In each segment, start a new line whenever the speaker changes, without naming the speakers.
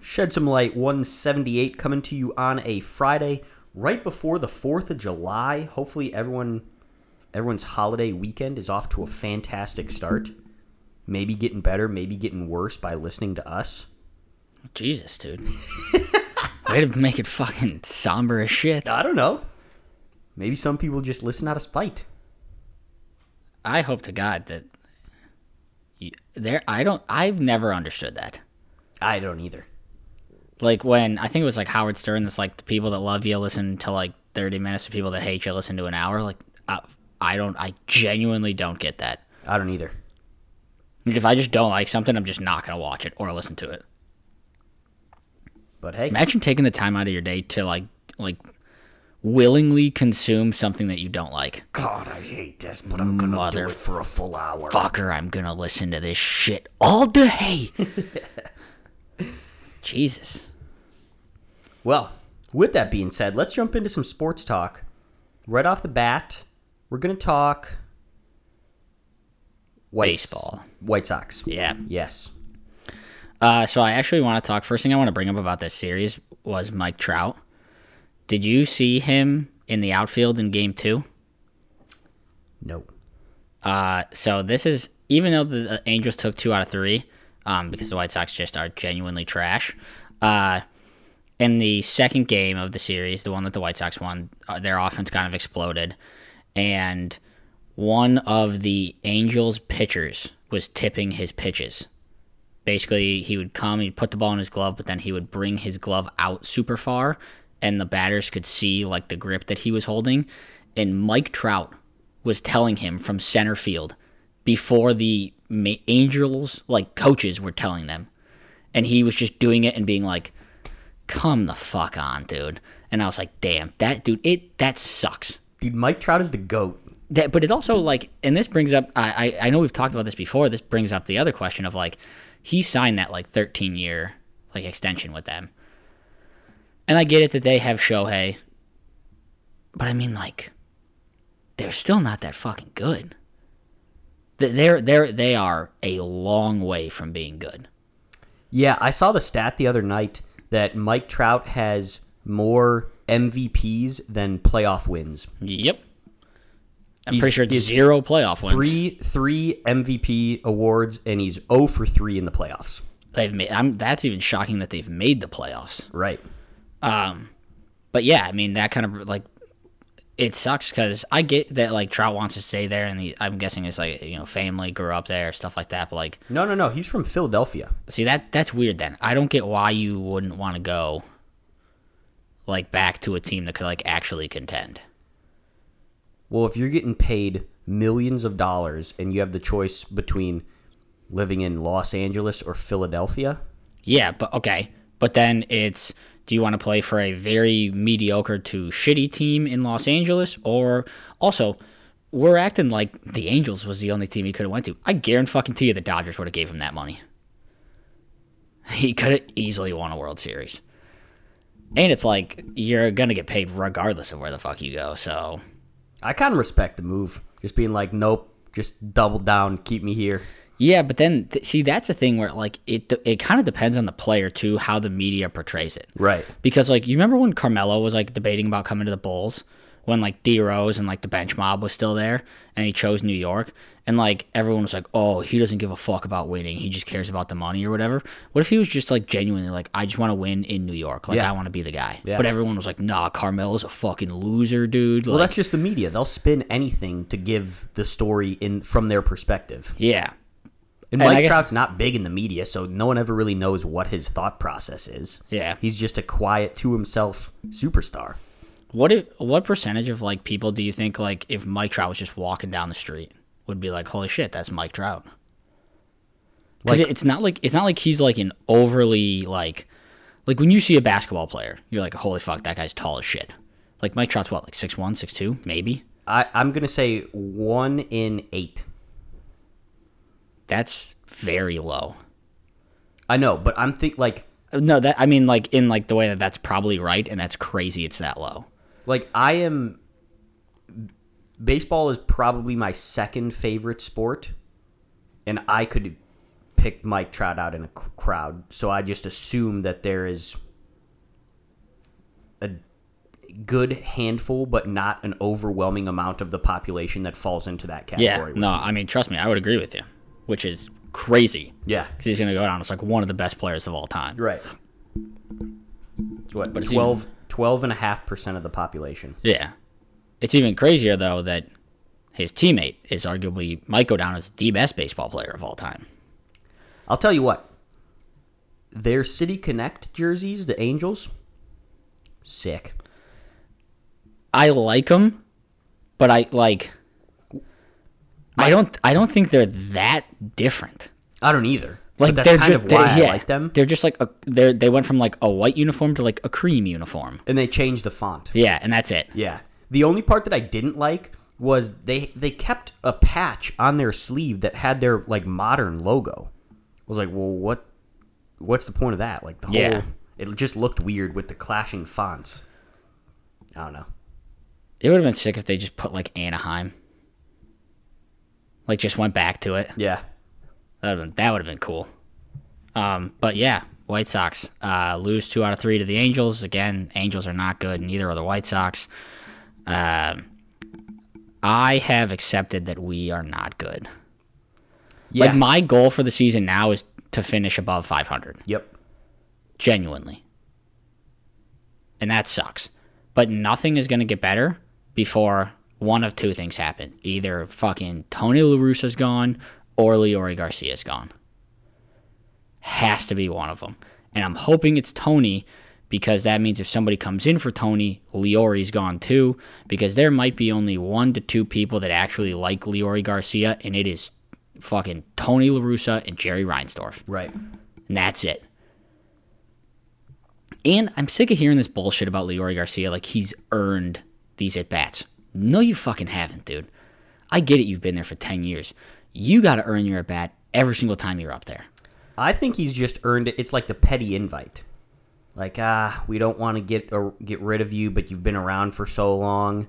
Shed Some Light 178 coming to you on a Friday right before the 4th of July. Hopefully everyone everyone's holiday weekend is off to a fantastic start. Maybe getting better, maybe getting worse by listening to us.
Jesus, dude. Way to make it fucking somber as shit.
I don't know. Maybe some people just listen out of spite.
I hope to God that you, there. I don't. I've never understood that.
I don't either.
Like when I think it was like Howard Stern. That's like the people that love you listen to like thirty minutes. The people that hate you listen to an hour. Like I, I don't. I genuinely don't get that.
I don't either.
Like if I just don't like something, I'm just not gonna watch it or listen to it.
But hey,
Imagine taking the time out of your day to like like willingly consume something that you don't like.
God, I hate this, but I'm gonna do it for a full hour.
fucker, I'm gonna listen to this shit all day. Jesus.
Well, with that being said, let's jump into some sports talk. Right off the bat, we're going to talk White
Baseball.
White Sox.
Yeah.
Yes.
Uh, so I actually want to talk. First thing I want to bring up about this series was Mike Trout. Did you see him in the outfield in game two?
No.
Uh, so this is even though the uh, Angels took two out of three, um, because the White Sox just are genuinely trash. Uh, in the second game of the series, the one that the White Sox won, uh, their offense kind of exploded, and one of the Angels pitchers was tipping his pitches. Basically, he would come, he'd put the ball in his glove, but then he would bring his glove out super far, and the batters could see like the grip that he was holding. And Mike Trout was telling him from center field before the ma- Angels like coaches were telling them, and he was just doing it and being like, "Come the fuck on, dude!" And I was like, "Damn, that dude, it that sucks."
Dude, Mike Trout is the GOAT.
that but it also like and this brings up I, I i know we've talked about this before this brings up the other question of like he signed that like 13 year like extension with them and i get it that they have shohei but i mean like they're still not that fucking good Th- they're they're they are a long way from being good
Yeah, I saw the stat the other night that Mike Trout has more MVPs than playoff wins.
yep i'm
He's-
pretty sure it's
he's
zero playoff wins
Three three MVP awards and he's 0 for 3 in the playoffs.
they've made i'm that's even shocking that they've made the playoffs
Right.
but yeah, I mean that kind of like it sucks because I get that like Trout wants to stay there, and the, I'm guessing it's like you know family grew up there stuff like that. But like,
No, no, no. He's from Philadelphia.
see that that's weird. Then I don't get why you wouldn't want to go like back to a team that could like actually contend.
Well, if you're getting paid millions of dollars and you have the choice between living in Los Angeles or Philadelphia,
Yeah, but okay. But then it's do you want to play for a very mediocre to shitty team in Los Angeles or also we're acting like the Angels was the only team he could have went to. I guarantee you the Dodgers would have gave him that money. He could have easily won a World Series. And it's like you're going to get paid regardless of where the fuck you go. So,
I kind of respect the move. Just being like, nope, just double down, keep me here.
yeah, but then th- see that's the thing where like it it kind of depends on the player too how the media portrays it.
Right.
because like you remember when Carmelo was like debating about coming to the Bulls when like D Rose and like the bench mob was still there and he chose New York and like everyone was like oh he doesn't give a fuck about winning he just cares about the money or whatever what if he was just like genuinely like I just want to win in New York like
Yeah.
I want to be the guy
Yeah.
but everyone was like nah Carmelo's a fucking loser dude
Well,
like,
that's just the media. They'll spin anything to give the story in from their perspective.
yeah
And,
And I
Mike
guess-
Trout's not big in the media, so no one ever really knows what his thought process is.
yeah
He's just a quiet to himself superstar.
what if what percentage of like people do you think like if Mike Trout was just walking down the street would be like holy shit that's Mike Trout because
Like-
it's not like it's not like he's like an overly like like when you see a basketball player, you're like, holy fuck, that guy's tall as shit. Like Mike Trout's what, like six one, six two, maybe.
I, I'm gonna say one in eight.
That's very low.
I know, but I'm think like
Uh, No, that I mean like in like the way that that's probably right, and that's crazy. It's that low.
like I am. Baseball is probably my second favorite sport, and I could pick Mike Trout out in a c- crowd. So I just assume that there is a good handful, but not an overwhelming amount of the population that falls into that
Yeah.
category.
No, I mean trust me, I would agree with you, which is crazy.
yeah,
Because he's gonna go down as like one of the best players of all time.
you're right. It's what
it's
12 12 and a half percent of the population.
Yeah. It's even crazier though that his teammate is arguably might go down as the best baseball player of all time.
I'll tell you what. Their City Connect jerseys, the Angels, sick.
I like him, but I like I don't I don't think they're that different.
I don't either. Like but
Like
that's
they're
kind
just
of why
they're, yeah,
I like them.
They're just like a, they're they went from like a white uniform to like a cream uniform.
And they changed the font.
Yeah, and that's it.
Yeah. The only part that I didn't like was they they kept a patch on their sleeve that had their like modern logo. I was like, well, what? What's the point of that? Like the whole
Yeah.
it just looked weird with the clashing fonts. I don't know.
It would have been sick if they just put like Anaheim. Like just went back to it.
Yeah,
That would have been, that would have been cool. Um, but yeah, White Sox uh, lose two out of three to the Angels. Again, Angels are not good. Neither are the White Sox. Um, I have accepted that we are not good.
yeah,
Like my goal for the season now is to finish above 500,
yep.
genuinely, and that sucks. But nothing is going to get better before one of two things happen: either fucking Tony La Russa's gone or Leori Garcia's gone has to be one of them. And I'm hoping it's Tony because that means if somebody comes in for Tony, Leori's gone too because there might be only one to two people that actually like Leori Garcia and it is fucking Tony LaRussa and Jerry Reinsdorf.
Right.
And that's it. And I'm sick of hearing this bullshit about Leori Garcia like he's earned these at bats. No, you fucking haven't, dude. I get it, you've been there for 10 years. You got to earn your at bat every single time you're up there.
I think he's just earned it. It's like the petty invite. Like, ah, we don't want to get or get rid of you, but you've been around for so long,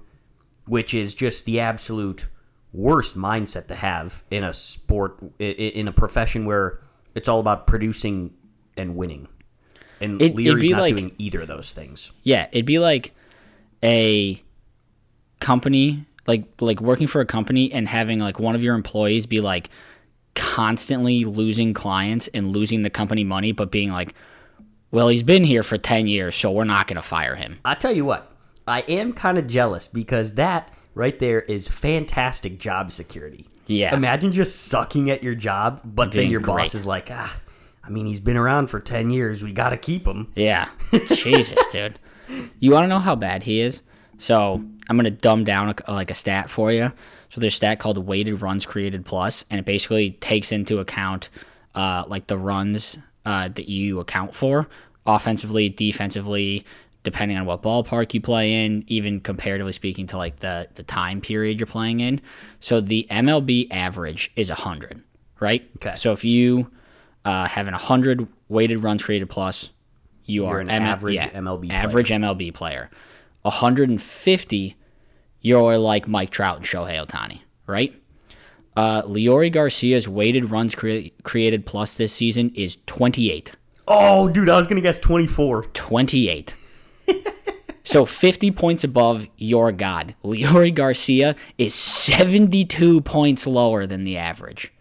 which is just the absolute worst mindset to have in a sport i- i- in a profession where it's all about producing and winning. And
It- it'd
Leary's
be
not
like-
doing either of those things.
Yeah, it'd be like a company, like like working for a company and having like one of your employees be like constantly losing clients and losing the company money, but being like, "Well, he's been here for ten years, so we're not gonna fire him."
I tell you what, I am kind of jealous because that right there is fantastic job security.
Yeah.
Imagine just sucking at your job, but then
Being
your boss
great.
is like, ah, I mean, he's been around for 10 years. We got to keep him.
Yeah, Jesus, dude. You want to know how bad he is? So I'm gonna dumb down a, like a stat for you. So there's a stat called weighted runs created plus, and it basically takes into account uh, like the runs uh, that you account for offensively, defensively, depending on what ballpark you play in, even comparatively speaking to like the the time period you're playing in. So the MLB average is 100, right?
Okay.
So if you uh, have an 100 weighted runs created plus, you are
an
M-
average
yeah,
MLB player.
average MLB player. 150, you're like Mike Trout and Shohei Otani, right? Uh, Leori Garcia's weighted runs crea- created plus this season is 28.
Oh, dude, I was going to guess 24.
28. so 50 points above your god. Leori Garcia is 72 points lower than the average.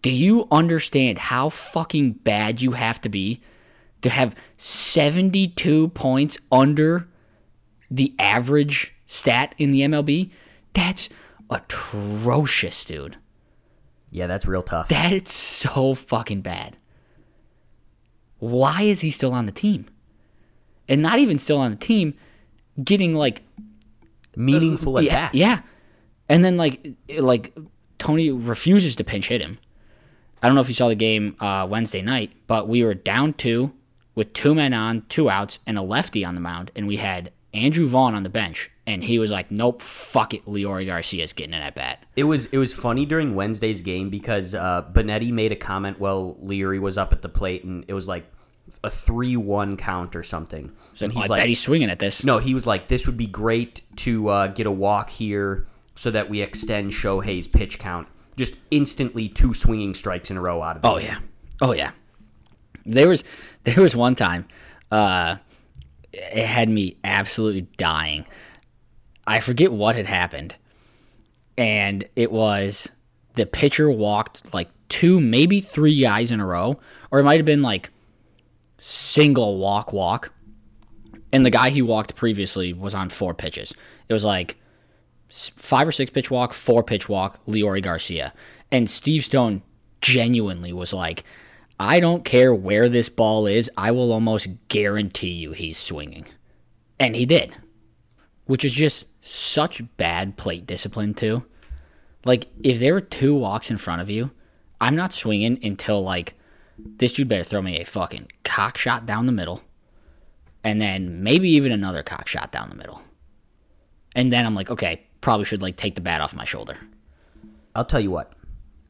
Do you understand how fucking bad you have to be to have 72 points under the average stat in the MLB? That's atrocious, dude.
Yeah, that's real tough.
That is so fucking bad. Why is he still on the team? And not even still on the team, getting like
Meaningful at
yeah,
bats.
yeah. And then like like Tony refuses to pinch hit him. I don't know if you saw the game uh, Wednesday night, but we were down two with two men on, two outs, and a lefty on the mound, and we had Andrew Vaughn on the bench, and he was like, "Nope, fuck it, Leori Garcia's getting in at bat."
It was it was funny during Wednesday's game because uh, Benetti made a comment while Leary was up at the plate, and it was like a three-one count or something.
So
and
I bet he's swinging at this.
No, he was like, this would be great to uh, get a walk here so that we extend Shohei's pitch count. Just instantly two swinging strikes in a row out of it.
Oh yeah, oh yeah. There was there was one time, uh, it had me absolutely dying. I forget what had happened, and it was the pitcher walked like two, maybe three guys in a row, or it might have been like single walk walk. And the guy he walked previously was on four pitches. It was like s- five or six pitch walk, four pitch walk, Leori Garcia. And Steve Stone genuinely was like, I don't care where this ball is, I will almost guarantee you he's swinging. And he did, which is just such bad plate discipline, too. Like, if there were two walks in front of you, I'm not swinging until, like, this dude better throw me a fucking cock shot down the middle and then maybe even another cock shot down the middle. And then I'm like, okay, probably should like take the bat off my shoulder.
I'll tell you what.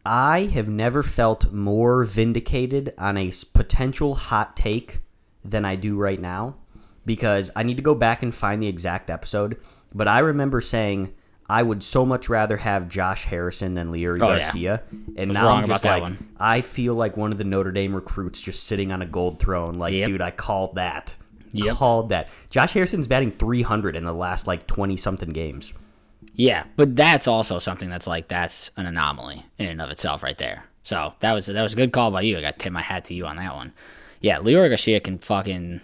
I have never felt more vindicated on a s- potential hot take than I do right now because I need to go back and find the exact episode. But I remember saying I would so much rather have Josh Harrison than Leary
Oh, yeah.
Garcia. And
was
now
wrong
I'm just
about
like,
that one.
I feel like one of the Notre Dame recruits just sitting on a gold throne. Like,
Yep.
dude, I called that.
Yep.
Called that. Josh Harrison's batting 300 in the last like 20 something games.
Yeah, but that's also something that's like that's an anomaly in and of itself right there. So that was that was a good call by you. I got to tip my hat to you on that one. Yeah, Leroy Garcia can fucking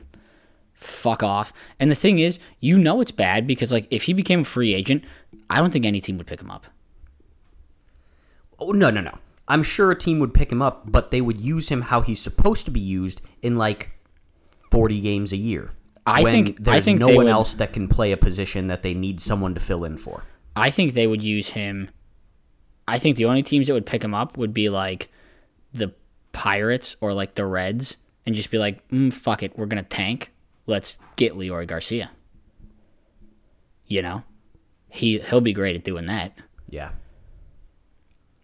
fuck off. And the thing is, you know it's bad because like if he became a free agent, I don't think any team would pick him up.
Oh no, no, no. I'm sure a team would pick him up, but they would use him how he's supposed to be used in like 40 games a year.
I
when
think- I
there's
think
no
they
one
would-
else that can play a position that they need someone to fill in for.
I think they would use him. I think the only teams that would pick him up would be like the Pirates or like the Reds, and just be like, mm, "Fuck it, we're gonna tank. Let's get Leroy Garcia." You know, he he'll be great at doing that.
Yeah.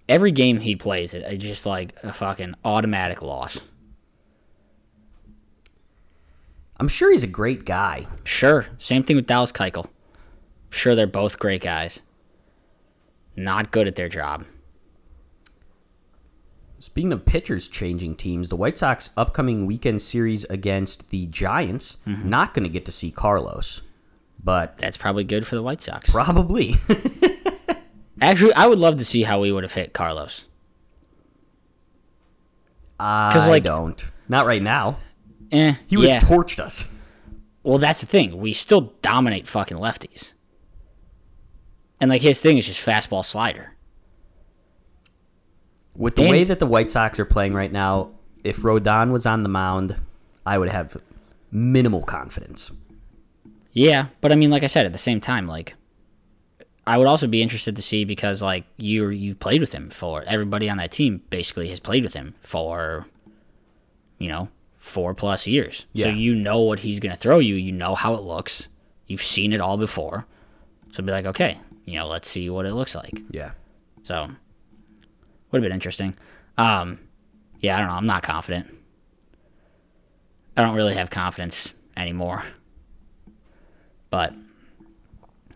Every game he plays, it- it's just like a fucking automatic loss.
I'm sure he's a great guy.
Sure, same thing with Dallas Keuchel. Sure, they're both great guys. Not good at their job.
Speaking of pitchers changing teams, the White Sox upcoming weekend series against the Giants,
Mm-hmm.
not going to get to see Carlos, but
That's probably good for the White Sox.
probably.
Actually, I would love to see how we would have hit Carlos.
I
like-
don't. Not right now.
Eh,
He would
yeah.
have torched us.
well, that's the thing. We still dominate fucking lefties. And like his thing is just fastball slider.
With the
And-
way that the White Sox are playing right now, if Rodon was on the mound, I would have minimal confidence.
Yeah, but I mean, like I said, at the same time, like I would also be interested to see because like you you've played with him for everybody on that team basically has played with him for you know four plus years,
Yeah.
so you know what he's gonna throw you. You know how it looks. You've seen it all before, so be like, okay, you know, let's see what it looks like.
Yeah.
So would have been interesting. Um, yeah, I don't know. I'm not confident. I don't really have confidence anymore. But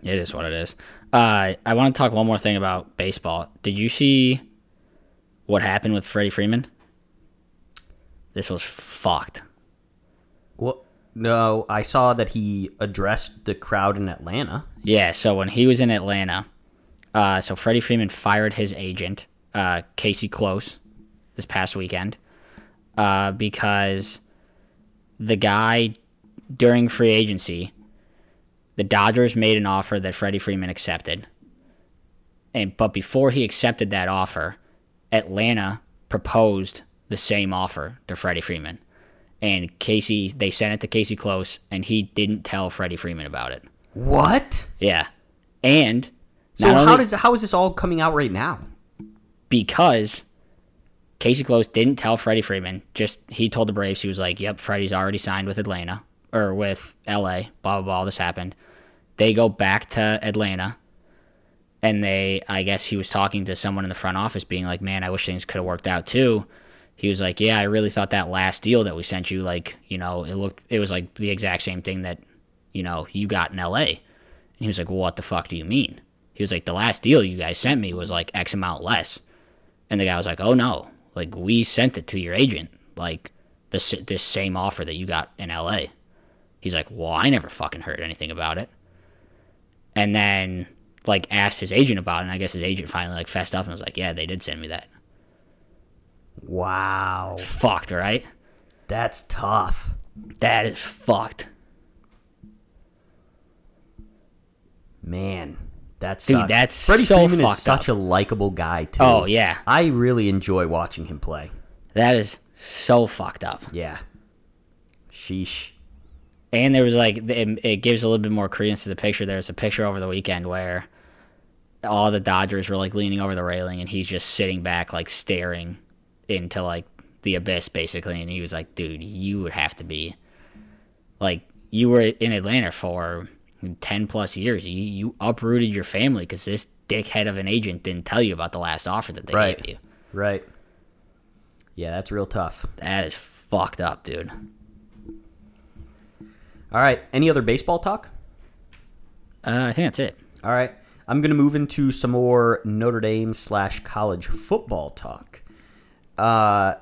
it is what it is. Uh, I want to talk one more thing about baseball. Did you see what happened with Freddie Freeman? This was fucked.
Well, no, I saw that he addressed the crowd in Atlanta.
Yeah, so when he was in Atlanta, uh, so Freddie Freeman fired his agent, uh, Casey Close, this past weekend, uh, because the guy during free agency, the Dodgers made an offer that Freddie Freeman accepted, and but before he accepted that offer, Atlanta proposed the same offer to Freddie Freeman, and Casey they sent it to Casey Close, and he didn't tell Freddie Freeman about it.
What?
Yeah, and
So
not
how
only
does how is this all coming out right now?
because Casey Close didn't tell Freddie Freeman. Just he told the Braves he was like, "Yep, Freddie's already signed with Atlanta or with LA." Blah blah blah. All this happened. They go back to Atlanta, and they, I guess, he was talking to someone in the front office, being like, "Man, I wish things could have worked out too." He was like, "Yeah, I really thought that last deal that we sent you, like, you know, it looked, it was like the exact same thing that, you know, you got in LA." And he was like, well, "What the fuck do you mean?" He was like, "The last deal you guys sent me was like X amount less." And the guy was like, "Oh no, like we sent it to your agent, like this this same offer that you got in LA." He's like, "Well, I never fucking heard anything about it." And then like asked his agent about it, and I guess his agent finally like fessed up and was like, "Yeah, they did send me that."
Wow.
Fucked, right?
That's tough.
That is fucked.
Man, that's
Dude,
sucks.
that's
Freddie
so
Freeman is
fucked
such a likable guy too.
Oh yeah,
I really enjoy watching him play.
that is so fucked up.
Yeah. Sheesh.
and there was like it, it gives a little bit more credence to the picture there's a picture over the weekend where all the dodgers were like leaning over the railing and he's just sitting back like staring into like the abyss basically and he was like dude you would have to be like you were in atlanta for 10 plus years you, you uprooted your family because this dickhead of an agent didn't tell you about the last offer that they
Right.
gave you
Right. Yeah, that's real tough.
that is fucked up dude
All right. Any other baseball talk?
uh, i think that's it
All right. I'm going to move into some more Notre Dame slash college football talk. Uh,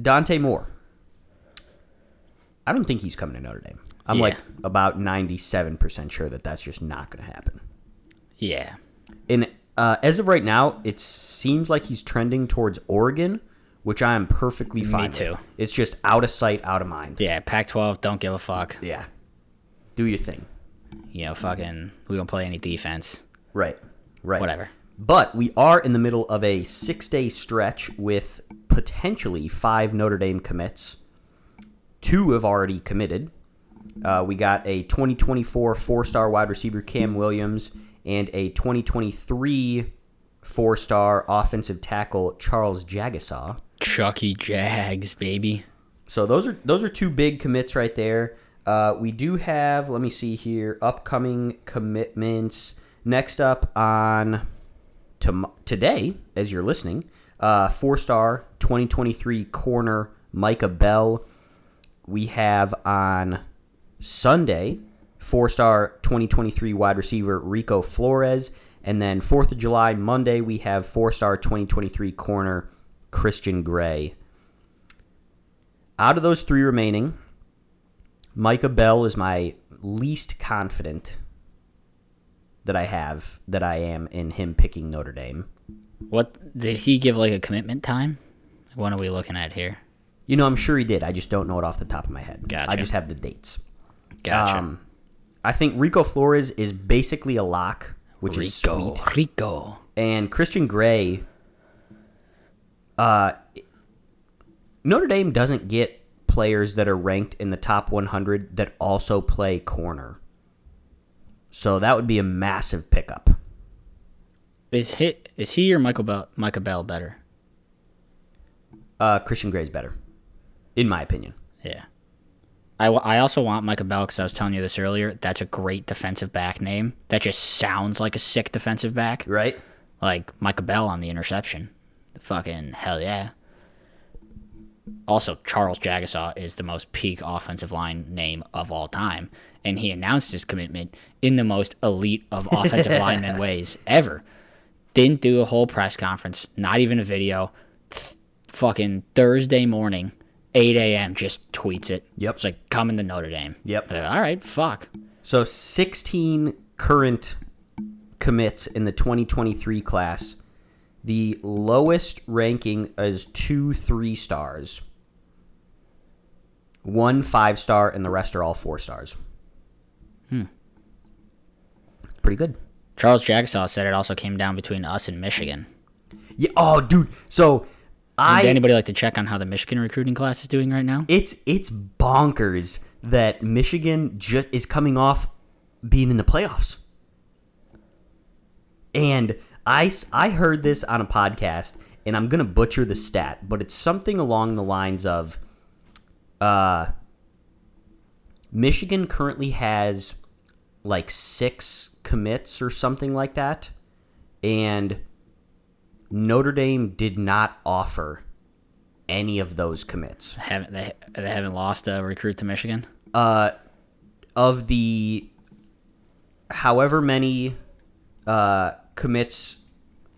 Dante Moore. I don't think he's coming to Notre Dame. I'm
Yeah.
like about 97% sure that that's just not going to happen.
yeah
And uh, as of right now, it seems like he's trending towards Oregon, which I am perfectly fine with.
too.
It's just out of sight, out of mind.
yeah pac 12 don't give a fuck
Yeah. Do your thing.
you know, fucking, we don't play any defense.
Right. Right.
Whatever.
But we are in the middle of a six day stretch with potentially five Notre Dame commits. Two have already committed. Uh, we got a 2024 four star wide receiver, Cam Williams, and a 2023 four star offensive tackle, Charles Jagasaw.
Chucky E. Jags, baby.
So those are those are two big commits right there. Uh, we do have, let me see here, upcoming commitments. Next up on tom- today, as you're listening, uh, four-star 2023 corner Micah Bell. We have on Sunday, four-star 2023 wide receiver Rico Flores, and then Fourth of July Monday we have four-star 2023 corner Christian Gray out of those three remaining, Micah Bell is my least confident that I have that I am in him picking Notre Dame.
What did he give like a commitment time? What are we looking at here?
You know, I'm sure he did. I just don't know it off the top of my head. I
Gotcha.
just have the dates.
Gotcha.
Um, I think Rico Flores is basically a lock, which is
Rico,
sweet.
Rico.
And Christian Gray, uh, Notre Dame doesn't get players that are ranked in the top 100 that also play corner. So that would be a massive pickup.
Is he is he or Michael Bell Michael Bell better?
Uh, Christian Gray's better, in my opinion.
Yeah. I, w- I also want Michael Bell because I was telling you this earlier. That's a great defensive back name. That just sounds like a sick defensive back.
Right?
like Michael Bell on the interception. Fucking hell yeah. Also, Charles Jagasaw is the most peak offensive line name of all time, and he announced his commitment in the most elite of offensive lineman ways ever. Didn't do a whole press conference, not even a video. Th- fucking Thursday morning, 8 a.m., just tweets it.
Yep.
It's like, coming to Notre Dame.
Yep.
Like, All right, fuck.
So 16 current commits in the 2023 class. The lowest ranking is two three stars, one five star, and the rest are all four stars. Hmm. Pretty good.
Charles Jagasaw said it also came down between us and Michigan.
Yeah. Oh, dude. So I
Would anybody like to check on how the Michigan recruiting class is doing right now?
it's it's bonkers that Michigan ju- is coming off being in the playoffs. And I s- I heard this on a podcast and I'm gonna butcher the stat, but it's something along the lines of, uh, Michigan currently has like six commits or something like that, and Notre Dame did not offer any of those commits.
Haven't they? They haven't lost a recruit to Michigan.
Uh, of the however many uh, commits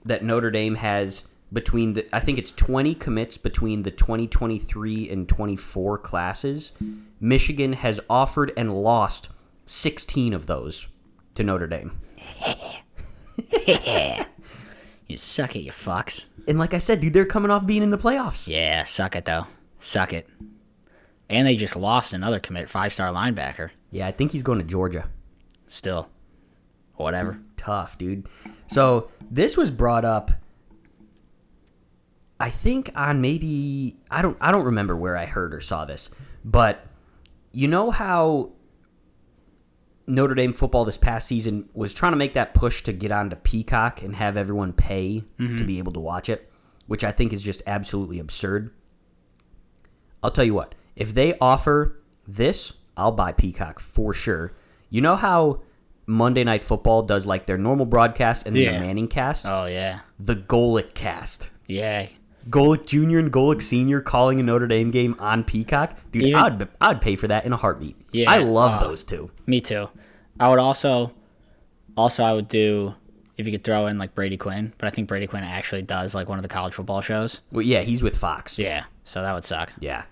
that Notre Dame has between the, I think it's 20 commits between the 2023 and 24 classes. Michigan has offered and lost 16 of those to Notre Dame.
You suck it, you fucks.
And like I said, dude, they're coming off being in the playoffs.
Yeah, suck it though. Suck it. And they just lost another commit, five-star linebacker.
Yeah, I think he's going to Georgia.
Still, whatever.
tough, dude. So this was brought up. I think on maybe I don't I don't remember where I heard or saw this, but you know how Notre Dame football this past season was trying to make that push to get onto Peacock and have everyone pay
Mm-hmm.
to be able to watch it, which I think is just absolutely absurd. I'll tell you what, if they offer this, I'll buy Peacock for sure. You know how Monday Night Football does like their normal broadcast and then
Yeah.
the Manning cast?
Oh yeah,
The Golick cast.
yeah.
Golick Jr. and Golick Sr. calling a Notre Dame game on Peacock. Dude,
Even-
I'd, I'd pay for that in a heartbeat.
Yeah,
I love
uh,
those two.
Me too. I would also, also I would do if you could throw in like Brady Quinn, but I think Brady Quinn actually does like one of the college football shows.
Well, yeah, he's with Fox.
Yeah, so that would suck.
Yeah.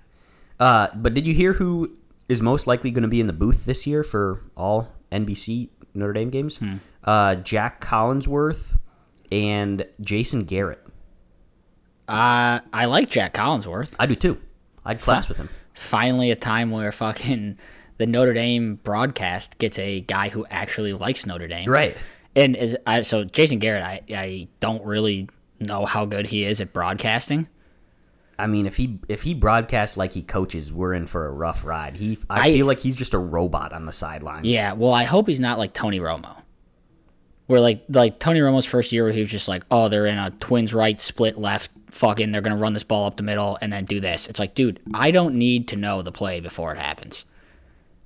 Uh, but did you hear who is most likely going to be in the booth this year for all NBC Notre Dame games?
Hmm.
Uh, Jack Collinsworth and Jason Garrett.
Uh, I like Jack Collinsworth.
I do too. I'd class with him.
Finally, a time where fucking the Notre Dame broadcast gets a guy who actually likes Notre Dame.
Right.
And is I so Jason Garrett, I I don't really know how good he is at broadcasting.
I mean, if he if he broadcasts like he coaches, we're in for a rough ride. He, I,
I-
feel like he's just a robot on the sidelines.
Yeah, well, I hope he's not like Tony Romo, where like like Tony Romo's first year, where he was just like, oh, they're in a twins right, split left, fucking, they're gonna run this ball up the middle and then do this. It's like, dude, I don't need to know the play before it happens.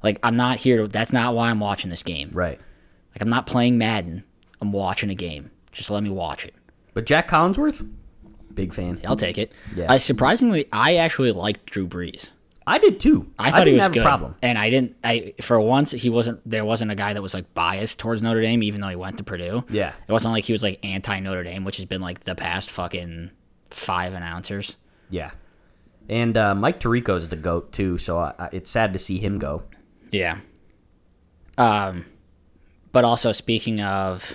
Like, I'm not here. To, that's not why I'm watching this game.
right.
Like, I'm not playing Madden. I'm watching a game. Just let me watch it.
But Jack Collinsworth, big fan.
I'll take it.
Yeah.
Uh, surprisingly, I actually liked Drew Brees.
I did too.
I thought
didn't
he was
have
good,
a problem.
and I didn't. I for once he wasn't. There wasn't a guy that was like biased towards Notre Dame, even though he went to Purdue.
Yeah.
it wasn't like he was like anti Notre Dame, which has been like the past fucking five announcers.
Yeah. And uh, Mike Tirico's the goat too, so I, I, it's sad to see him go.
Yeah. Um, but also speaking of,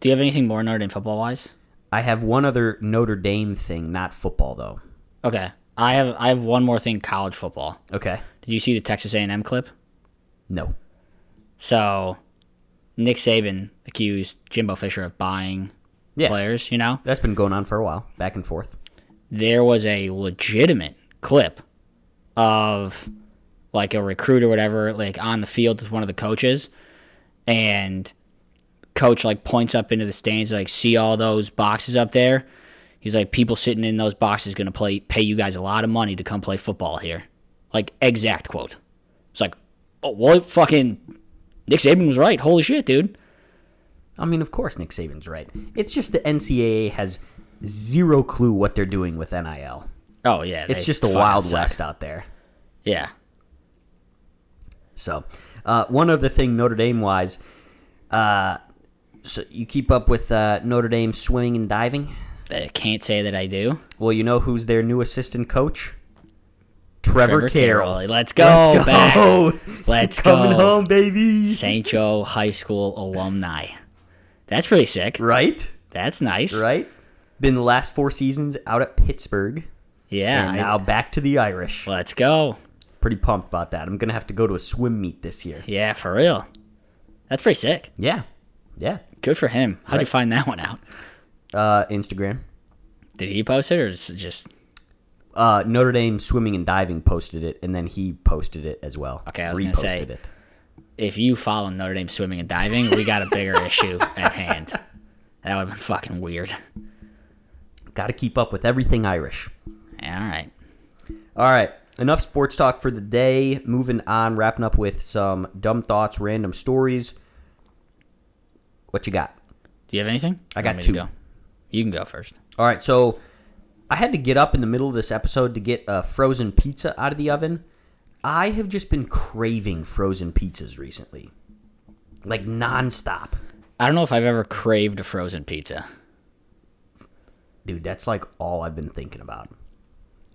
do you have anything more Notre Dame football wise?
I have one other Notre Dame thing, not football though.
Okay, I have I have one more thing. College football.
Okay.
Did you see the Texas A and M clip?
No.
So, Nick Saban accused Jimbo Fisher of buying
Yeah.
players. You know.
That's been going on for a while, back and forth.
there was a legitimate clip of like a recruit or whatever like on the field with one of the coaches and coach like points up into the stands like see all those boxes up there he's like people sitting in those boxes going to play pay you guys a lot of money to come play football here like exact quote it's like oh well fucking Nick Saban was right holy shit dude
I mean, of course Nick Saban's right. It's just the NCAA has zero clue what they're doing with NIL.
oh yeah
It's
they
just the
fucking
wild
suck.
west out there.
yeah
So, uh, one other thing Notre Dame wise, uh, so you keep up with uh, Notre Dame swimming and diving.
I can't say that I do
Well, you know who's their new assistant coach? Trevor,
Trevor
Carroll.
Carroll. Let's go,
Let's
back.
go.
Let's
Coming
go.
home, baby.
St. Joe High School alumni. That's pretty sick.
Right?
That's nice.
Right? Been the last four seasons out at Pittsburgh.
Yeah.
And
I-
now back to the Irish.
let's go.
Pretty pumped about that. I'm going to have to go to a swim meet this year.
Yeah, for real. That's pretty sick.
Yeah. Yeah.
Good for him. How'd you find that one out?
Uh, Instagram.
Did he post it or is it just
Uh, Notre Dame Swimming and Diving posted it, and then he posted it as well.
Okay, I was gonna
Reposted
say-
it.
if you follow Notre Dame swimming and diving, we got a bigger issue at hand. That would have been fucking weird.
Got to keep up with everything Irish.
Yeah, all right.
All right, enough sports talk for the day. Moving on, wrapping up with some dumb thoughts, random stories. What you got?
Do you have anything?
I
Or
got
want me to
two.
Go? You can go first.
All right, so I had to get up in the middle of this episode to get a frozen pizza out of the oven. I have just been craving frozen pizzas recently, like nonstop.
I don't know if I've ever craved a frozen pizza.
Dude, that's like all I've been thinking about.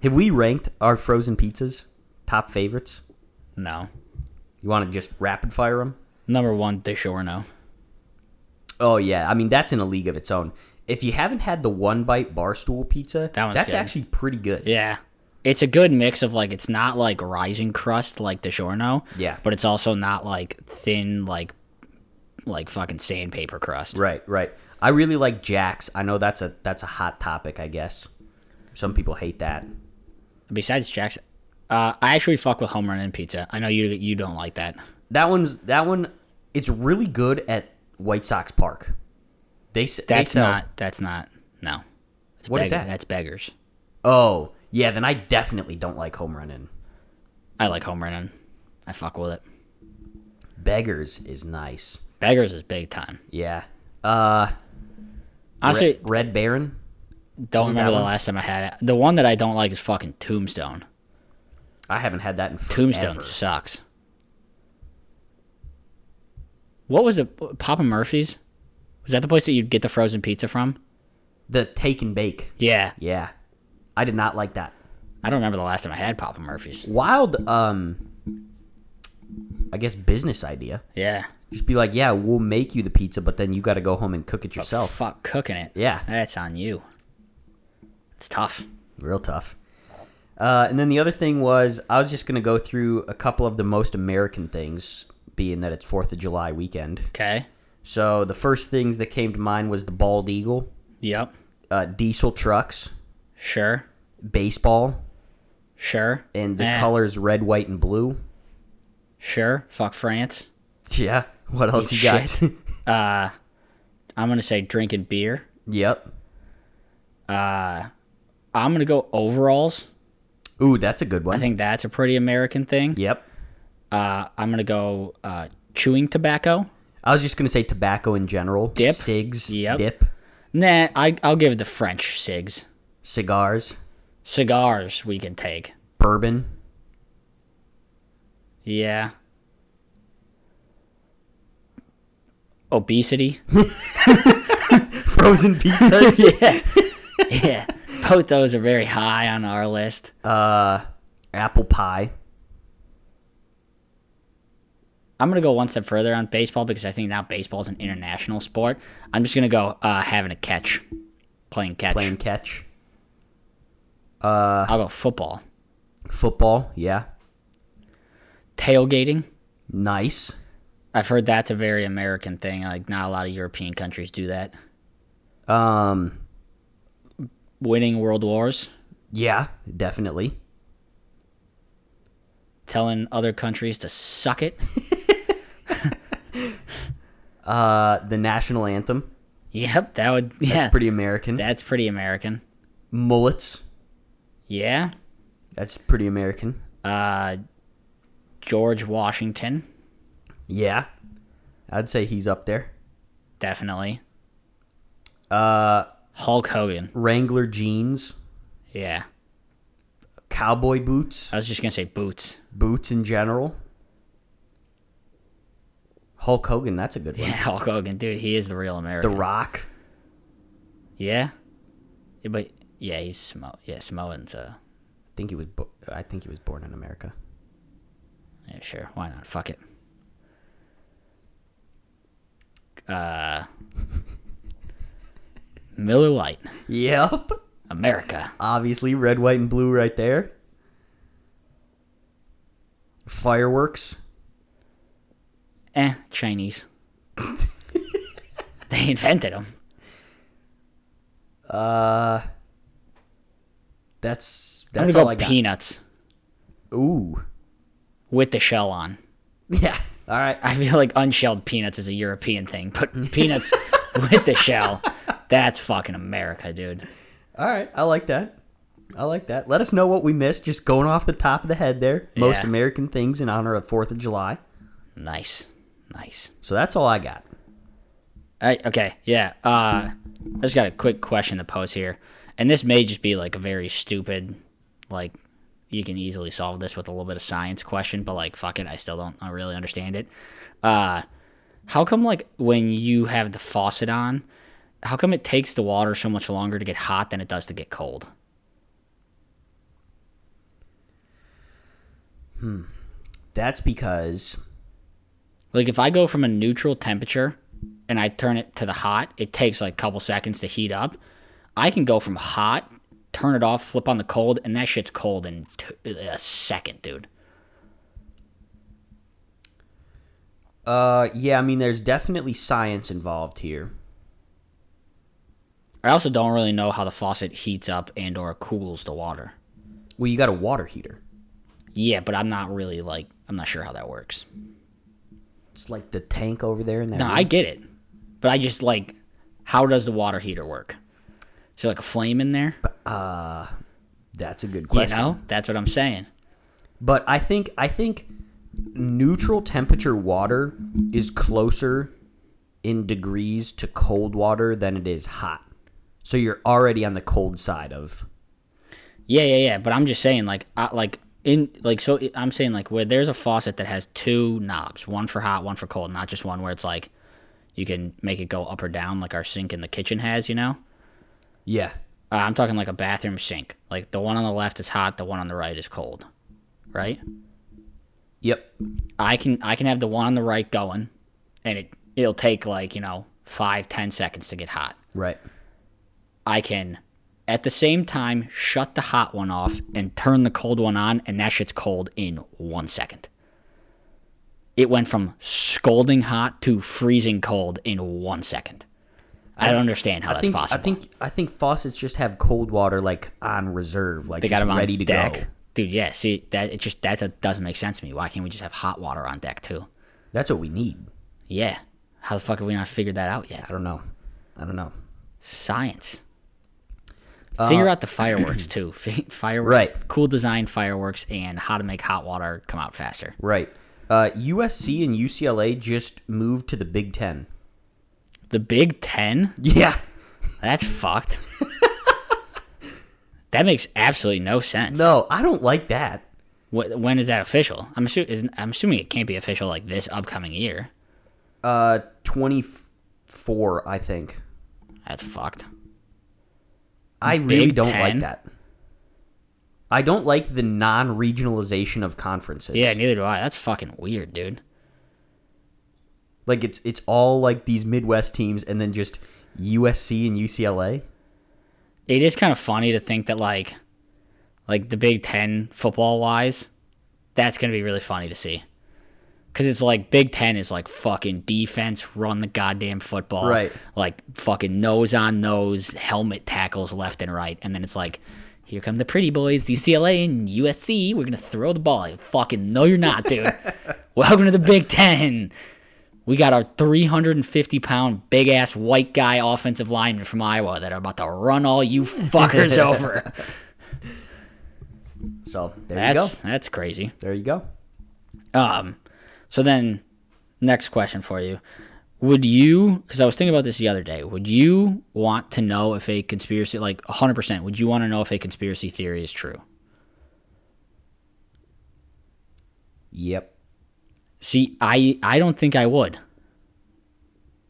Have we ranked our frozen pizzas? Top favorites?
No.
You want to just rapid fire them?
Number one, DiGiorno.
Oh yeah, I mean that's in a league of its own. If you haven't had the one bite barstool pizza,
That one's
that's
good.
actually pretty good.
Yeah. It's a good mix of like it's not like rising crust like DiGiorno.
Yeah.
But it's also not like thin like like fucking sandpaper crust.
Right, right. I really like Jack's. I know that's a that's a hot topic, I guess. Some people hate that.
Besides Jack's, uh, I actually fuck with home run and pizza. I know you you don't like that.
That one's that one it's really good at White Sox Park. They s- they
That's
sell-
not. That's not. No. It's
What is
beggar-
that?
That's beggars.
Oh, yeah, then I definitely don't like home running.
I like home running. I fuck with it.
Beggars is nice.
Beggars is big time.
Yeah. Uh
Honestly,
Red, Red Baron?
don't remember
that
the
one?
last time I had it. The one that I don't like is fucking Tombstone.
I haven't had that in forever.
Tombstone sucks. What was the Papa Murphy's? Was that the place that you'd get the frozen pizza from?
The take and bake.
Yeah,
Yeah. I did not like that.
I don't remember the last time I had Papa Murphy's.
Wild um I guess business idea.
Yeah,
Just be like, yeah, we'll make you the pizza, but then you got to go home and cook it yourself.
fuck cooking it.
Yeah.
that's on you. It's tough.
Real tough. Uh, and then the other thing was, I was just going to go through a couple of the most American things, being that it's 4th of July weekend.
Okay.
So the first things that came to mind was the bald eagle,
Yep.
uh, diesel trucks,
Sure.
baseball,
Sure.
and the
Eh.
colors red, white, and blue.
Sure. Fuck France.
Yeah. What else you got?
Shit. uh, I'm gonna say drinking beer.
yep.
I'm gonna go overalls.
Ooh, that's a good one.
I think that's a pretty American thing.
Yep.
Uh, I'm gonna go uh, chewing tobacco.
I was just going to say tobacco in general.
Dip.
Cigs.
Yep.
Dip.
Nah, I, I'll give the French cigs.
Cigars.
Cigars we can take.
Bourbon.
Yeah. Obesity.
Frozen pizzas.
yeah. yeah. Both those are very high on our list.
uh, apple pie.
I'm going to go one step further on baseball because I think now baseball is an international sport. I'm just going to go uh, having a catch, playing catch.
Playing catch.
I'll go football.
Football, yeah.
Tailgating.
Nice.
I've heard that's a very American thing. Like, not a lot of European countries do that.
Um,
Winning world wars.
yeah, definitely.
telling other countries to suck it.
Uh, the national anthem,
yep, that would yeah.
pretty American.
That's pretty American.
Mullets,
Yeah.
that's pretty American.
Uh George Washington,
Yeah, I'd say he's up there.
definitely.
Uh,
Hulk Hogan.
Wrangler jeans,
Yeah.
cowboy boots,
I was just going to say boots.
boots in general. Hulk Hogan, that's a good one.
Yeah, Hulk Hogan, dude, he is the real
The
American.
Rock,
yeah. Yeah, But yeah, he's Samo- yeah, Samoan's uh
I think he was. Bo- I think he was born in America.
yeah, sure. Why not? Fuck it. Uh Miller Lite,
Yep.
America.
Obviously, red, white, and blue right there. Fireworks.
Eh, Chinese. they invented them.
Uh, that's
I'm
that's all
gonna
I
go
got.
peanuts
Ooh,
with the shell on.
yeah. All right.
I feel like unshelled peanuts is a European thing, but peanuts with the shell, that's fucking America, dude.
All right, I like that. I like that. Let us know what we missed. Just going off the top of the head there. Most
Yeah.
American things in honor of Fourth of July.
Nice, nice.
So that's all I got.
I, okay, yeah. Uh, I just got a quick question to pose here, and this may just be like a very stupid, like you can easily solve this with a little bit of science question, but like fuck it, I still don't I really understand it. Uh, how come like when you have the faucet on, how come it takes the water so much longer to get hot than it does to get cold?
That's because
Like if I go from a neutral temperature and I turn it to the hot, it takes like a couple seconds to heat up. I can go from hot, turn it off, flip on the cold, and that shit's cold in t- a second, dude.
uh yeah, I mean there's definitely science involved here.
I also don't really know how the faucet heats up and or cools the water.
Well, you got a water heater.
Yeah, but I'm not really like I'm not sure how that works.
It's like the tank over there in that.
No,
room.
I get it. But I just like how does the water heater work? Is there like a flame in there?
That's a good
You
question.
know? That's what I'm saying.
But I think I think neutral temperature water is closer in degrees to cold water than it is hot. So you're already on the cold side of
Yeah, yeah, yeah. But I'm just saying, like, I, like in like so I- I'm saying like where there's a faucet that has two knobs, one for hot, one for cold, not just one where it's like you can make it go up or down like our sink in the kitchen has, you know.
Yeah.
Uh, I'm talking like a bathroom sink. Like the one on the left is hot, the one on the right is cold, right?
Yep.
I can I can have the one on the right going, and it it'll take like you know five ten seconds to get hot.
Right.
I can at the same time shut the hot one off and turn the cold one on, and that shit's cold in one second. It went from scalding hot to freezing cold in one second. I don't understand how
I
that's
think
possible.
I think I think faucets just have cold water like on reserve, like
they got
just
them on
ready to
deck.
go.
Dude, yeah, see that it just that, that doesn't make sense to me. Why can't we just have hot water on deck too?
That's what we need.
Yeah. How the fuck have we not figured that out yet?
I don't know. I don't know.
Science. Figure out the fireworks too. fireworks,
Uh, Right.
Cool design fireworks and how to make hot water come out faster.
Right. Uh, USC and UCLA just moved to the Big Ten.
The Big Ten?
Yeah.
That's fucked. that makes absolutely no sense.
No, I don't like that.
Wh- when is that official? I'm assu- is I'm assuming it can't be official like this upcoming year.
Uh, twenty four, I think.
That's fucked.
I really
Big
don't
Ten?
like that. I don't like the non-regionalization of conferences.
Yeah, neither do I. That's fucking weird, dude.
like it's it's all like these Midwest teams, and then just USC and UCLA.
It is kind of funny to think that like, like the Big Ten football wise, that's gonna be really funny to see. Cause it's like Big Ten is like fucking defense, run the goddamn football,
Right.
Like fucking nose on nose, helmet tackles left and right, and then it's like, here come the pretty boys, UCLA and USC. We're gonna throw the ball. Fucking no, you're not, dude. Welcome to the Big Ten. We got our 350 pound big ass white guy offensive lineman from Iowa that are about to run all you fuckers over.
So there you
That's
go.
that's crazy.
There you go.
Um, so then, next question for you: Would you? Because I was thinking about this the other day. Would you want to know if a conspiracy, like 100, percent would you want to know if a conspiracy theory is true?
Yep.
See, I I don't think I would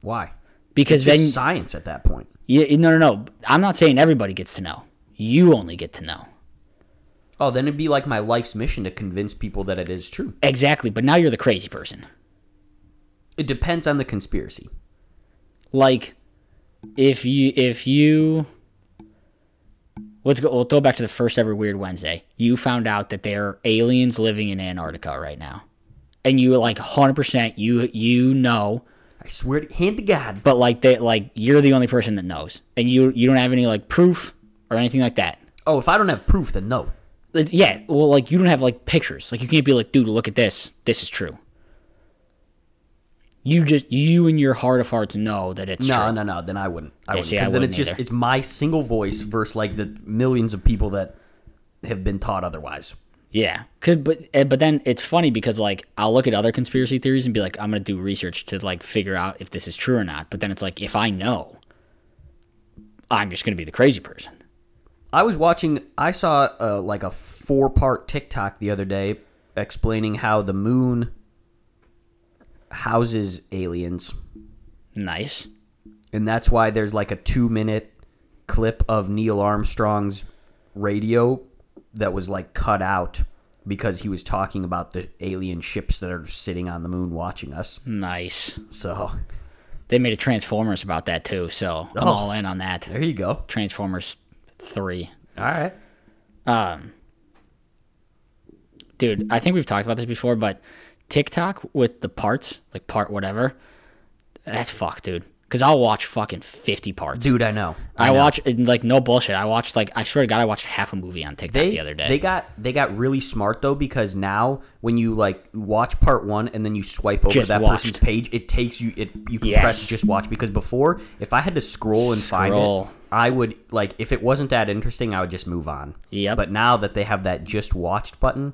Why?
because
Just
then
science at that point.
yeah, no no no. I'm not saying everybody gets to know. You only get to know.
Oh, then it'd be like my life's mission to convince people that it is true.
Exactly, but now you're the crazy person.
It depends on the conspiracy.
Like, if you if you let's go we'll go back to the first ever Weird Wednesday. You found out that there are aliens living in Antarctica right now, and you were like 100 percent you you know,
I swear to hand to God.
but like they like you're the only person that knows, and you you don't have any like proof or anything like that.
Oh, if I don't have proof, then no.
It's, yeah, well, like you don't have like pictures. Like you can't be like, dude, look at this. This is true. you just you in your heart of hearts know that it's
No,
true.
no, no. Then I wouldn't. I
Yeah,
wouldn't.
see, I
Because then
wouldn't
it's just
either.
it's my single voice versus like the millions of people that have been taught otherwise.
Yeah, could but eh, but then it's funny because like I'll look at other conspiracy theories and be like, I'm gonna do research to like figure out if this is true or not. But then it's like if I know, I'm just gonna be the crazy person.
I was watching. I saw uh, like a four part TikTok the other day explaining how the moon houses aliens,
Nice.
and that's why there's like a two minute clip of Neil Armstrong's radio that was like cut out because he was talking about the alien ships that are sitting on the moon watching us.
Nice.
So
They made a Transformers about that too, so I'm
Oh.
all in on that.
there you go.
Transformers three.
All right.
Dude, I think we've talked about this before, but TikTok with the parts, like part whatever, that's fuck, dude. Cause I'll watch fucking fifty parts.
Dude, I know.
I, watch and, like no bullshit. I watched like I swear to God, I watched half a movie on TikTok
they,
the other day.
They got they got really smart though because now when you like watch part one and then you swipe over
Just
that
watched.
person's page, it takes you it you can press
Yes.
just watch because before if I had to scroll and
Scroll.
find it, I would like if it wasn't that interesting, I would just move on.
Yep.
But now that they have that just watched button,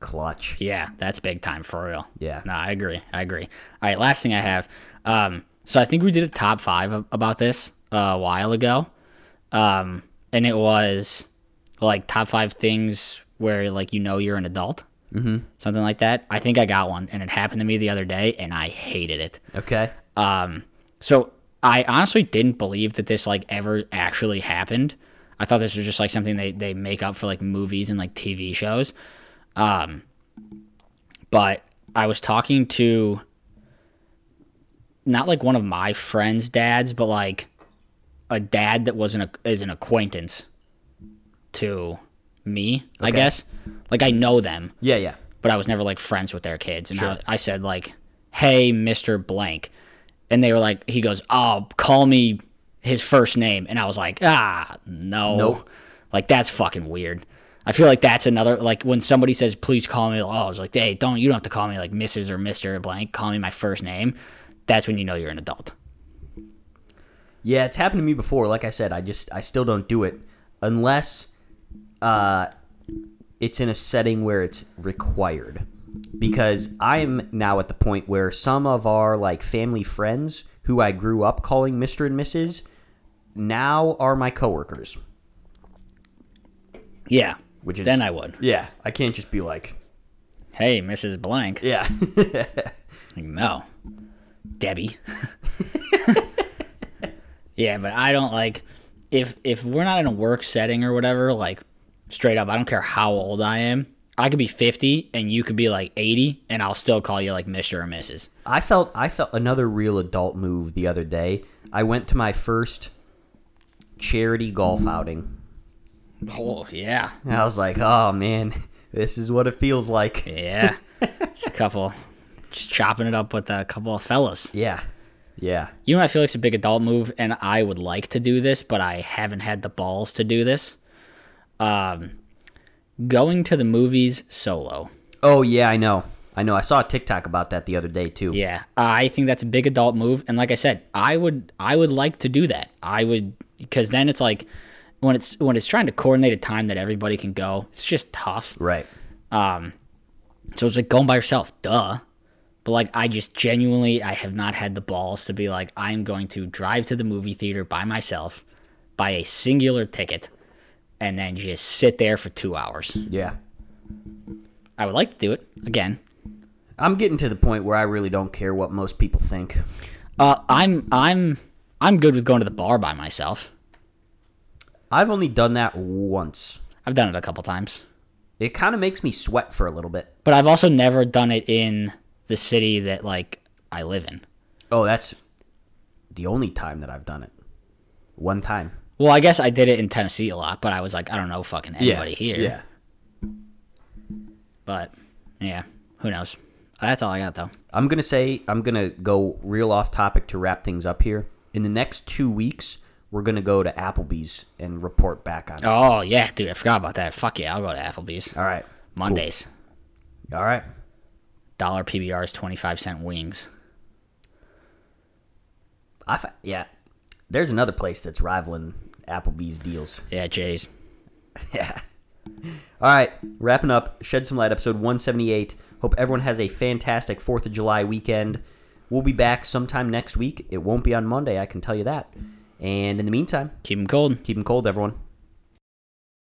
clutch.
yeah, that's big time for real.
Yeah.
no, I agree. I agree. All right, last thing I have. Um, so I think we did a top five ab- about this uh, a while ago, um, and it was like top five things where like you know you're an adult, mm-hmm. something like that. I think I got one, and it happened to me the other day, and I hated it.
Okay.
Um, so I honestly didn't believe that this like ever actually happened. I thought this was just like something they, they make up for like movies and like TV shows. Um, but I was talking to not like one of my friends' dads, but like a dad that was an is an acquaintance to me, I
Okay.
guess. Like I know them,
Yeah, yeah.
but I was never like friends with their kids. And I, I said like, "Hey, Mister Blank," and they were like, "He goes, oh, call me his first name," and I was like, "Ah, no,
Nope.
like that's fucking weird." I feel like that's another like when somebody says, "Please call me," oh, I was like, "Hey, don't you don't have to call me like Mrs. or Mister Blank. Call me my first name." That's when you know you're an adult.
Yeah, it's happened to me before. Like I said, I just I still don't do it unless uh, it's in a setting where it's required. Because I'm now at the point where some of our like family friends who I grew up calling Mr. and Mrs. now are my coworkers.
Yeah,
Which is-
then I would.
Yeah, I can't just be like,
Hey, Mrs. Blank.
yeah.
Like, no. Debbie. yeah, but I don't like if if we're not in a work setting or whatever, like straight up, I don't care how old I am. I could be 50 and you could be like 80 and I'll still call you like Mr. or Mrs.
I felt I felt another real adult move the other day. I went to my first charity golf outing.
Oh, yeah.
And I was like, oh man, this is what it feels like.
Yeah. It's a couple just chopping it up with a couple of fellas.
Yeah. Yeah.
You know what I feel like's a big adult move, and I would like to do this, but I haven't had the balls to do this. Um, going to the movies solo.
Oh yeah, I know. I know. I saw a TikTok about that the other day too.
Yeah, I think that's a big adult move, and like I said, I would I would like to do that. I would because then it's like when it's when it's trying to coordinate a time that everybody can go, it's just tough.
Right.
So it's like going by yourself, duh. But like I just genuinely I have not had the balls to be like I'm going to drive to the movie theater by myself, buy a singular ticket, and then just sit there for two hours.
Yeah.
I would like to do it again.
I'm getting to the point where I really don't care what most people think.
Uh, I'm I'm I'm good with going to the bar by myself.
I've only done that once.
I've done it a couple times.
It kind of makes me sweat for a little bit.
but I've also never done it in the city that like I live in.
Oh, that's the only time that I've done it. One time.
Well, I guess I did it in Tennessee a lot, but I was like, I don't know fucking anybody here.
Yeah.
But yeah, who knows? That's all I got though.
I'm gonna say I'm gonna go real off topic to wrap things up here. In the next two weeks, we're gonna go to Applebee's and report back on it.
Oh yeah, dude, I forgot about that. Fuck yeah, I'll go to Applebee's
All right.
Mondays.
All right.
Dollar PBRs, twenty five cent wings.
I fi- yeah. There's another place that's rivaling Applebee's deals.
Yeah, Jays.
Yeah. All right, wrapping up, shed some light, episode 178. Hope everyone has a fantastic 4th of July weekend. We'll be back sometime next week. It won't be on Monday, I can tell you that. And in the meantime,
Keep them cold.
keep them cold, everyone.